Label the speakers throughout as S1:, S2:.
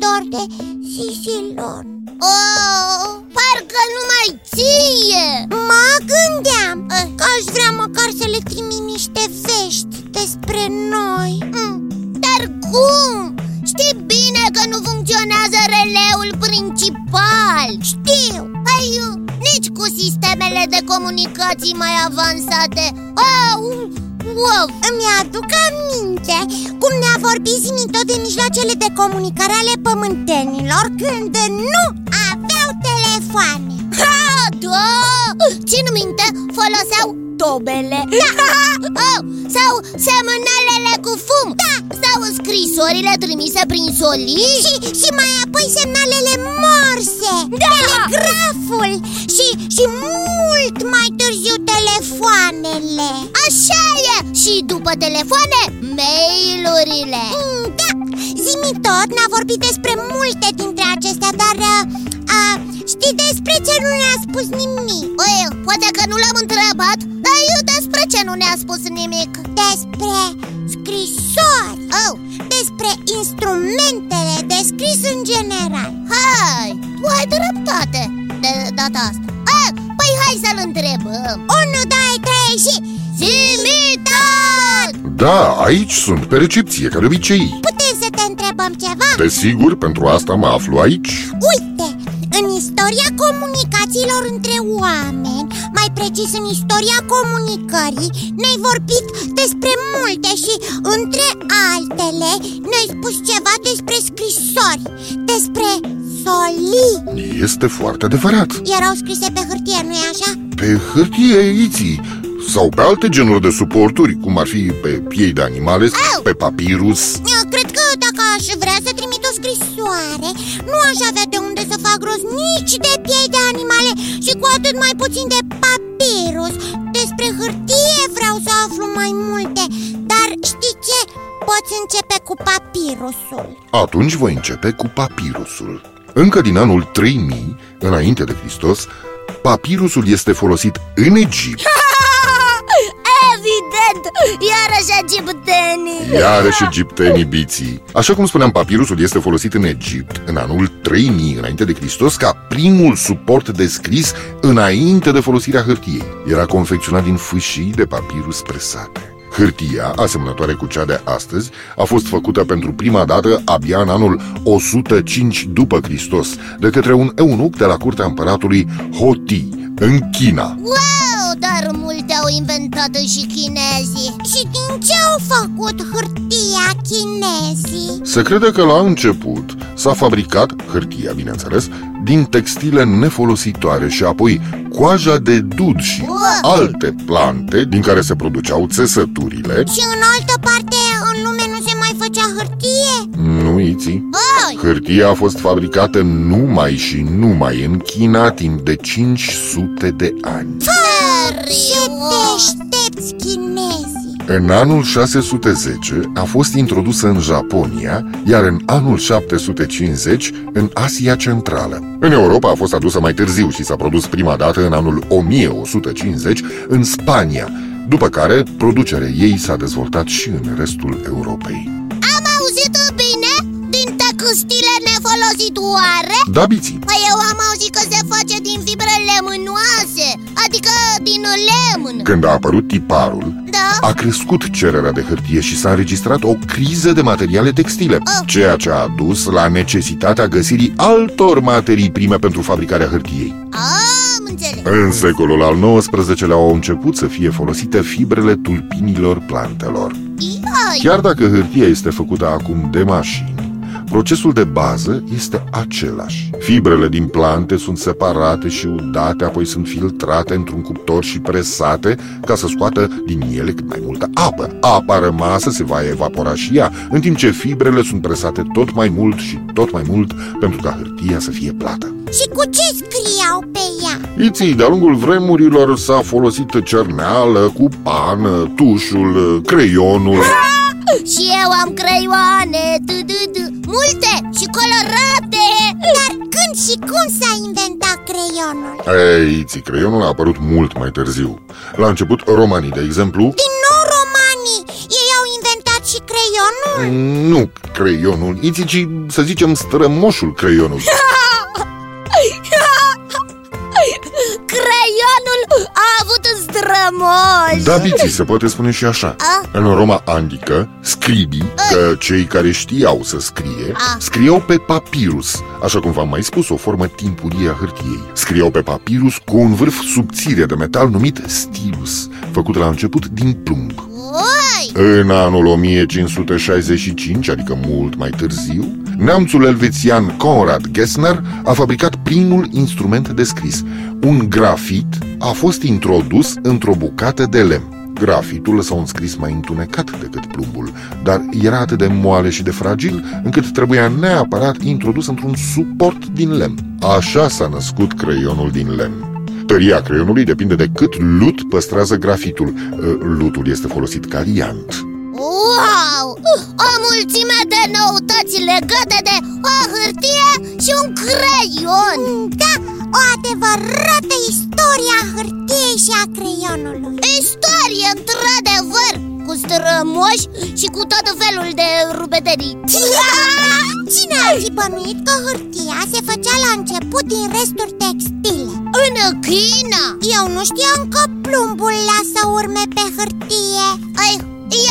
S1: lor de sisilor oh, Parcă numai ție Mă gândeam uh, că aș vrea măcar să le trimit niște vești despre noi Mm, Dar cum? Știi bine că nu funcționează releul principal Știu Ai, nici cu sistemele de comunicații mai avansate Au, Wow! Îmi aduc aminte cum ne-a vorbit Zimito de mijloacele de comunicare ale pământenilor când nu aveau telefoane Ha! Da! Țin minte, foloseau tobele da. oh, Sau semnalele cu fum da. Sau scrisorile trimise prin solii și, și mai apoi semnalele morse da. Telegraful și, și mult mai târziu telefoanele Așa e! Și după telefoane, mailurile mm, Da, zimi tot, n-a vorbit despre multe dintre acestea, dar uh, uh, știi despre ce nu ne-a spus nimic? Oi, Păi, poate că nu l-am întrebat, dar eu despre ce nu ne-a spus nimic? Despre scrisori oh. Despre instrumentele de scris în general Hai, tu ai dreptate de data asta ah, Păi hai să-l întrebăm 1, 2, 3 și... Zimitot!
S2: Da, aici sunt, pe recepție, ca de obicei.
S1: Putem să te întrebăm ceva?
S2: Desigur, pentru asta mă aflu aici.
S1: Uite, în istoria comunicațiilor între oameni, mai precis în istoria comunicării, ne-ai vorbit despre multe și, între altele, ne-ai spus ceva despre scrisori, despre solii.
S2: Este foarte adevărat.
S1: Erau scrise pe hârtie, nu-i așa?
S2: Pe hârtie iții sau pe alte genuri de suporturi, cum ar fi pe piei de animale,
S1: Au!
S2: pe papirus.
S1: Eu cred că dacă aș vrea să trimit o scrisoare, nu aș avea de unde să fac rost nici de piei de animale și cu atât mai puțin de papirus. Despre hârtie vreau să aflu mai multe, dar știi ce? Poți începe cu papirusul.
S2: Atunci voi începe cu papirusul. Încă din anul 3000, înainte de Hristos, papirusul este folosit în Egipt,
S1: Evident! Iarăși egiptenii!
S2: iarăși egiptenii biții. Așa cum spuneam, papirusul este folosit în Egipt, în anul 3000, înainte de Hristos, ca primul suport de scris înainte de folosirea hârtiei. Era confecționat din fâșii de papirus presate. Hârtia, asemănătoare cu cea de astăzi, a fost făcută pentru prima dată abia în anul 105 după Hristos, de către un eunuc de la curtea împăratului Hoti, în China.
S1: Wow, dar multe au inventat și chinezii Și din ce au făcut hârtia chinezii?
S2: Se crede că la început s-a fabricat hârtia, bineînțeles, din textile nefolositoare și apoi coaja de dud și alte plante din care se produceau țesăturile,
S1: Și în altă parte în lume nu se mai făcea hârtie?
S2: nu iții.
S1: Băi!
S2: Hârtia a fost fabricată numai și numai în China timp de 500 de ani.
S1: Ce deștepți chinezii!
S2: În anul 610 a fost introdusă în Japonia, iar în anul 750 în Asia Centrală. În Europa a fost adusă mai târziu și s-a produs prima dată în anul 1150 în Spania, după care producerea ei s-a dezvoltat și în restul Europei.
S1: Am auzit bine? Din tăcâstile nefolositoare?
S2: Da, biții,
S1: Păi eu am auzit că se face din fibre lemnoase Adică din lemn
S2: când a apărut tiparul,
S1: Da?
S2: a crescut cererea de hârtie și s-a înregistrat o criză de materiale textile, ceea ce a dus la necesitatea găsirii altor materii prime pentru fabricarea hârtiei.
S1: Am înțeles
S2: În secolul al XIX-lea au început să fie folosite fibrele tulpinilor plantelor.
S1: Ioi!
S2: Chiar dacă hârtia este făcută acum de mașini, procesul de bază este același. Fibrele din plante sunt separate și udate, apoi sunt filtrate într-un cuptor și presate ca să scoată din ele cât mai multă apă. Apa rămasă se va evapora și ea, în timp ce fibrele sunt presate tot mai mult și tot mai mult pentru ca hârtia să fie plată.
S1: Și cu ce scriau pe ea?
S2: Iții, de-a lungul vremurilor s-a folosit cerneală, cu pană, tușul, creionul.
S1: Și eu am creioane, du-du-du, multe și colorate Dar când și cum s-a inventat creionul?
S2: Ei, Iții, creionul a apărut mult mai târziu. La început, romanii, de exemplu,
S1: Din nou romanii, ei au inventat și creionul?
S2: Nu creionul Iții, ci să zicem strămoșul creionului
S1: Creionul a avut un strămoș
S2: Da, Biții, se poate spune și așa
S1: A?
S2: În Roma antică, scribii, că cei care știau să scrie,
S1: A.
S2: scriau pe papirus, așa cum v-am mai spus, o formă timpurie a hârtiei. Scriau pe papirus cu un vârf subțire de metal numit stilus, făcut la început din plumb.
S1: Oi!
S2: În anul 1565, adică mult mai târziu, neamțul elvețian Conrad Gessner a fabricat primul instrument de scris. Un grafit a fost introdus într-o bucată de lemn. Grafitul s-a înscris mai întunecat decât plumbul, dar era atât de moale și de fragil încât trebuia neapărat introdus într-un suport din lemn. Așa s-a născut creionul din lemn. Tăria creionului depinde de cât lut păstrează grafitul. Uh, Lutul este folosit ca liant.
S1: Wow! O mulțime de noutăți legate de o hârtie și un creion Da, o adevărată istorie a hârtiei și a creionului Istorie, într-adevăr, cu strămoși și cu tot felul de rubedenii Cine ar fi bănuit că hârtia se făcea la început din resturi textile? În China! Eu nu știam că plumbul lasă urme pe hârtie Ai,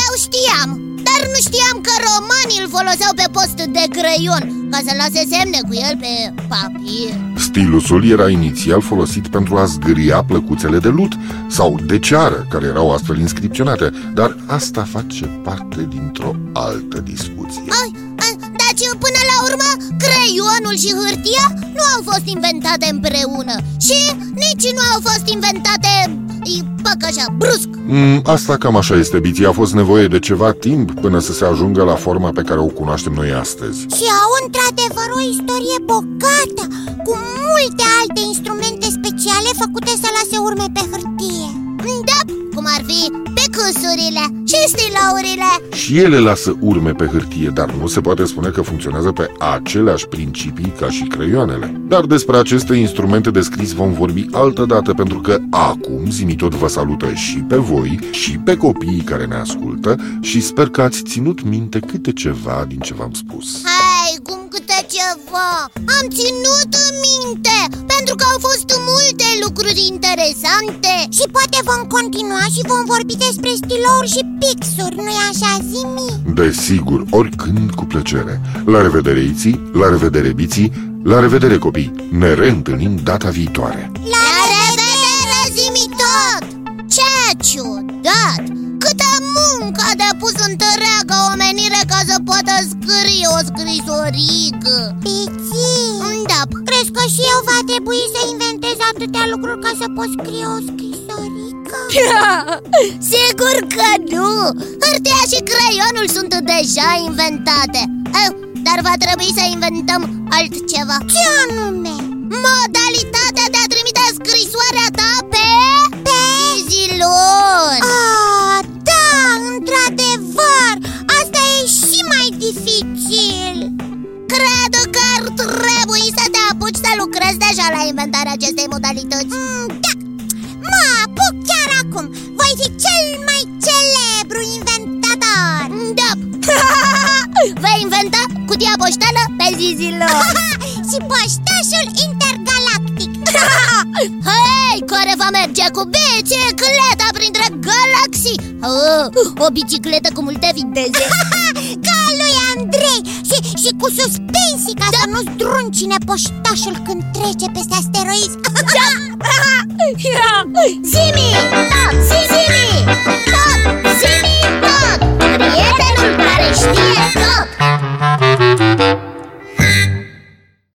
S1: eu știam, dar nu știam că romanii îl foloseau pe post de creion Ca să lase semne cu el pe papir
S2: Stilusul era inițial folosit pentru a zgâria plăcuțele de lut sau de ceară, care erau astfel inscripționate, dar asta face parte dintr-o altă discuție.
S1: Ai, ai, Deci, până la urmă, creionul și hârtia nu au fost inventate împreună Și nici nu au fost inventate, i- păc așa, brusc
S2: Mm, asta cam așa este, Biții. A fost nevoie de ceva timp până să se ajungă la forma pe care o cunoaștem noi astăzi.
S1: Și au într-adevăr o istorie bogată Cu multe alte instrumente speciale făcute să lase urme pe hârtie Da, cum ar fi picusurile și stilourile
S2: Și ele lasă urme pe hârtie, dar nu se poate spune că funcționează pe aceleași principii ca și creioanele. Dar despre aceste instrumente de scris vom vorbi altă dată, pentru că acum Zimitot vă salută și pe voi, și pe copiii care ne ascultă și sper că ați ținut minte câte ceva din ce v-am spus.
S1: Hai, cum câte ceva Am ținut în minte Pentru că au fost multe lucruri interesante Și poate vom continua și vom vorbi despre stilouri și pixuri Nu-i așa, Zimi?
S2: Desigur, oricând cu plăcere. La revedere, Iții, la revedere, Biții, la revedere, copii! Ne reîntâlnim data viitoare!
S1: La revedere, Zimi tot! Ce ciudat! Câtă muncă a depus întreaga omenire ca să poată scrie o scrisorică Piții! Da Crezi că și eu va trebui să inventez atâtea lucruri ca să pot scrie o scrisorică? Sigur că nu! Hârtia și creionul sunt deja inventate Eh, Dar va trebui să inventăm altceva Ce anume? Modalitatea de a trimite scrisoarea ta pe... Pe... Zilor Ah, da, într-adevăr Asta e și mai dificil Cred că ar trebui să te apuci să lucrezi deja la inventarea acestei modalități mm, Da, mă apuc chiar acum Voi fi cel mai celebru inventator Da Vei inventa cutia poștală pe zizilor Și poștașul intergalactic Hei, care va merge cu bicicleta da printre galaxii oh, O bicicletă cu multe viteze Ca lui Andrei și, și cu suspensii ca da. să nu zdruncine poștașul când trece peste asteroizi da. Zimi! Zimi!